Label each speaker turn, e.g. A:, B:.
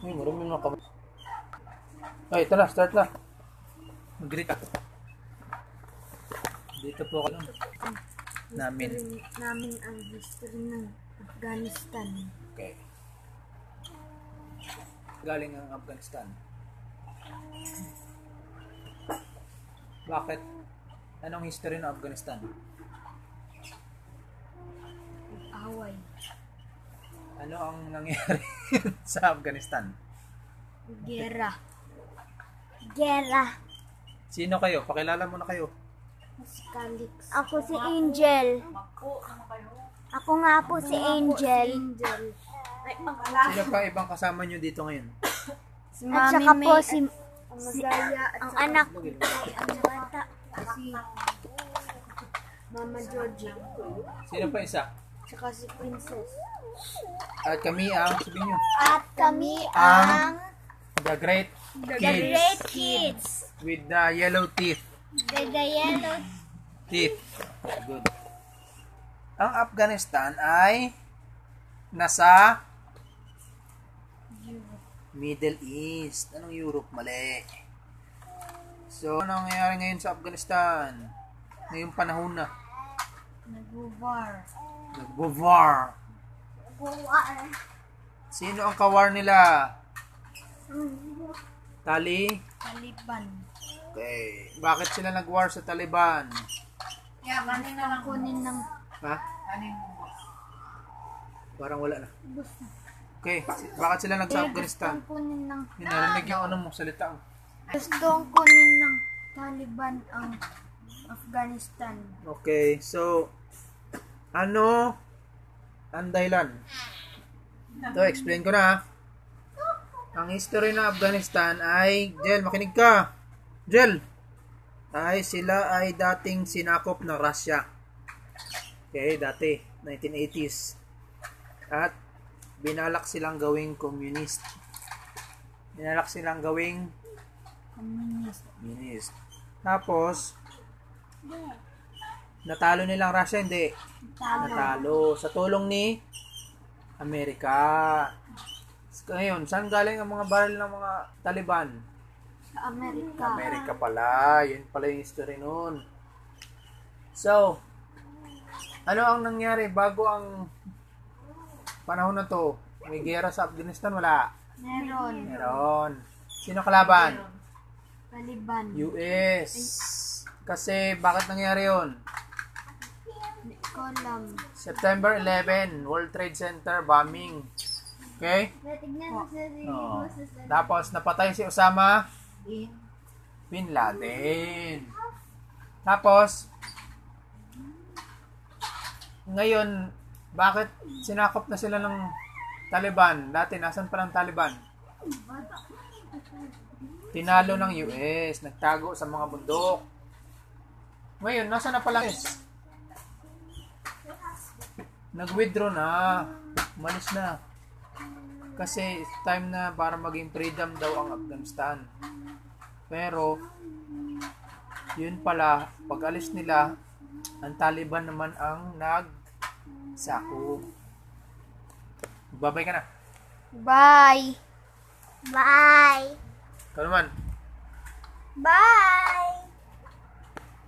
A: Uy, marami na kami. Ay, ito na, start na. Mag-greet ako. Dito po kayo. Namin.
B: History namin ang history ng Afghanistan.
A: Okay. Galing ang Afghanistan. Bakit? Anong history ng Afghanistan?
B: Away.
A: Ano ang nangyari sa Afghanistan?
B: Gera. Gera.
A: Sino kayo? Pakilala muna kayo.
B: Ako si Angel. Ako nga po si Angel.
A: Sino pa ibang kasama nyo dito ngayon?
B: Si At saka po si, si ang anak ang bata. Si Mama Georgie.
A: Sino pa isa?
B: Saka si Princess.
A: At kami ang, sabihin nyo,
B: At kami
A: ang The Great Kids
B: Kids.
A: with the Yellow Teeth.
B: With the yellow
A: Teeth. Good. Ang Afghanistan ay nasa Middle East. Anong Europe? Mali. So, ano ang nangyayari ngayon sa Afghanistan? Ngayong panahon na.
B: Nag-war.
A: Nagbo-war.
B: War.
A: Sino ang kawar nila? Tali?
B: Taliban.
A: Okay. Bakit sila nag-war sa Taliban?
B: Kaya kanin na lang. Kunin ng
A: Ha? Parang wala na. Okay. Bakit sila nag sa Afghanistan?
B: kunin ng
A: Yun, narinig yung ano mo, salita mo.
B: gustong kunin ng Taliban ang Afghanistan.
A: Okay. So, ano ang dahilan? Ito, explain ko na. ha. Ang history ng Afghanistan ay, Jel, makinig ka. Jel, ay sila ay dating sinakop ng Russia. Okay, dati, 1980s. At binalak silang gawing communist. Binalak silang gawing
B: Communist.
A: communist. Tapos, natalo nilang Russia, hindi. Natalo. Sa tulong ni Amerika. Ngayon, saan galing ang mga baril ng mga Taliban?
B: Sa Amerika.
A: Amerika pala. Yun pala yung history nun. So, ano ang nangyari bago ang panahon na to? May gera sa Afghanistan? Wala.
B: Meron.
A: Meron. Sino kalaban?
B: Taliban.
A: US. Kasi bakit nangyari yun?
B: Kolam.
A: September 11, World Trade Center bombing. Okay?
B: Tignan mo sa
A: Oo. Tapos napatay si Osama
B: Eh,
A: Bin Laden. Tapos ngayon, bakit sinakop na sila ng Taliban? Dati nasan pa ng Taliban? Tinalo ng US, nagtago sa mga bundok. Ngayon, nasa na pala US? Nag-withdraw na. Malis na. Kasi it's time na para maging freedom daw ang Afghanistan. Pero, yun pala, pag alis nila, ang Taliban naman ang nag-sako. Babay ka na.
B: Bye. Bye.
A: Ikaw naman.
B: Bye.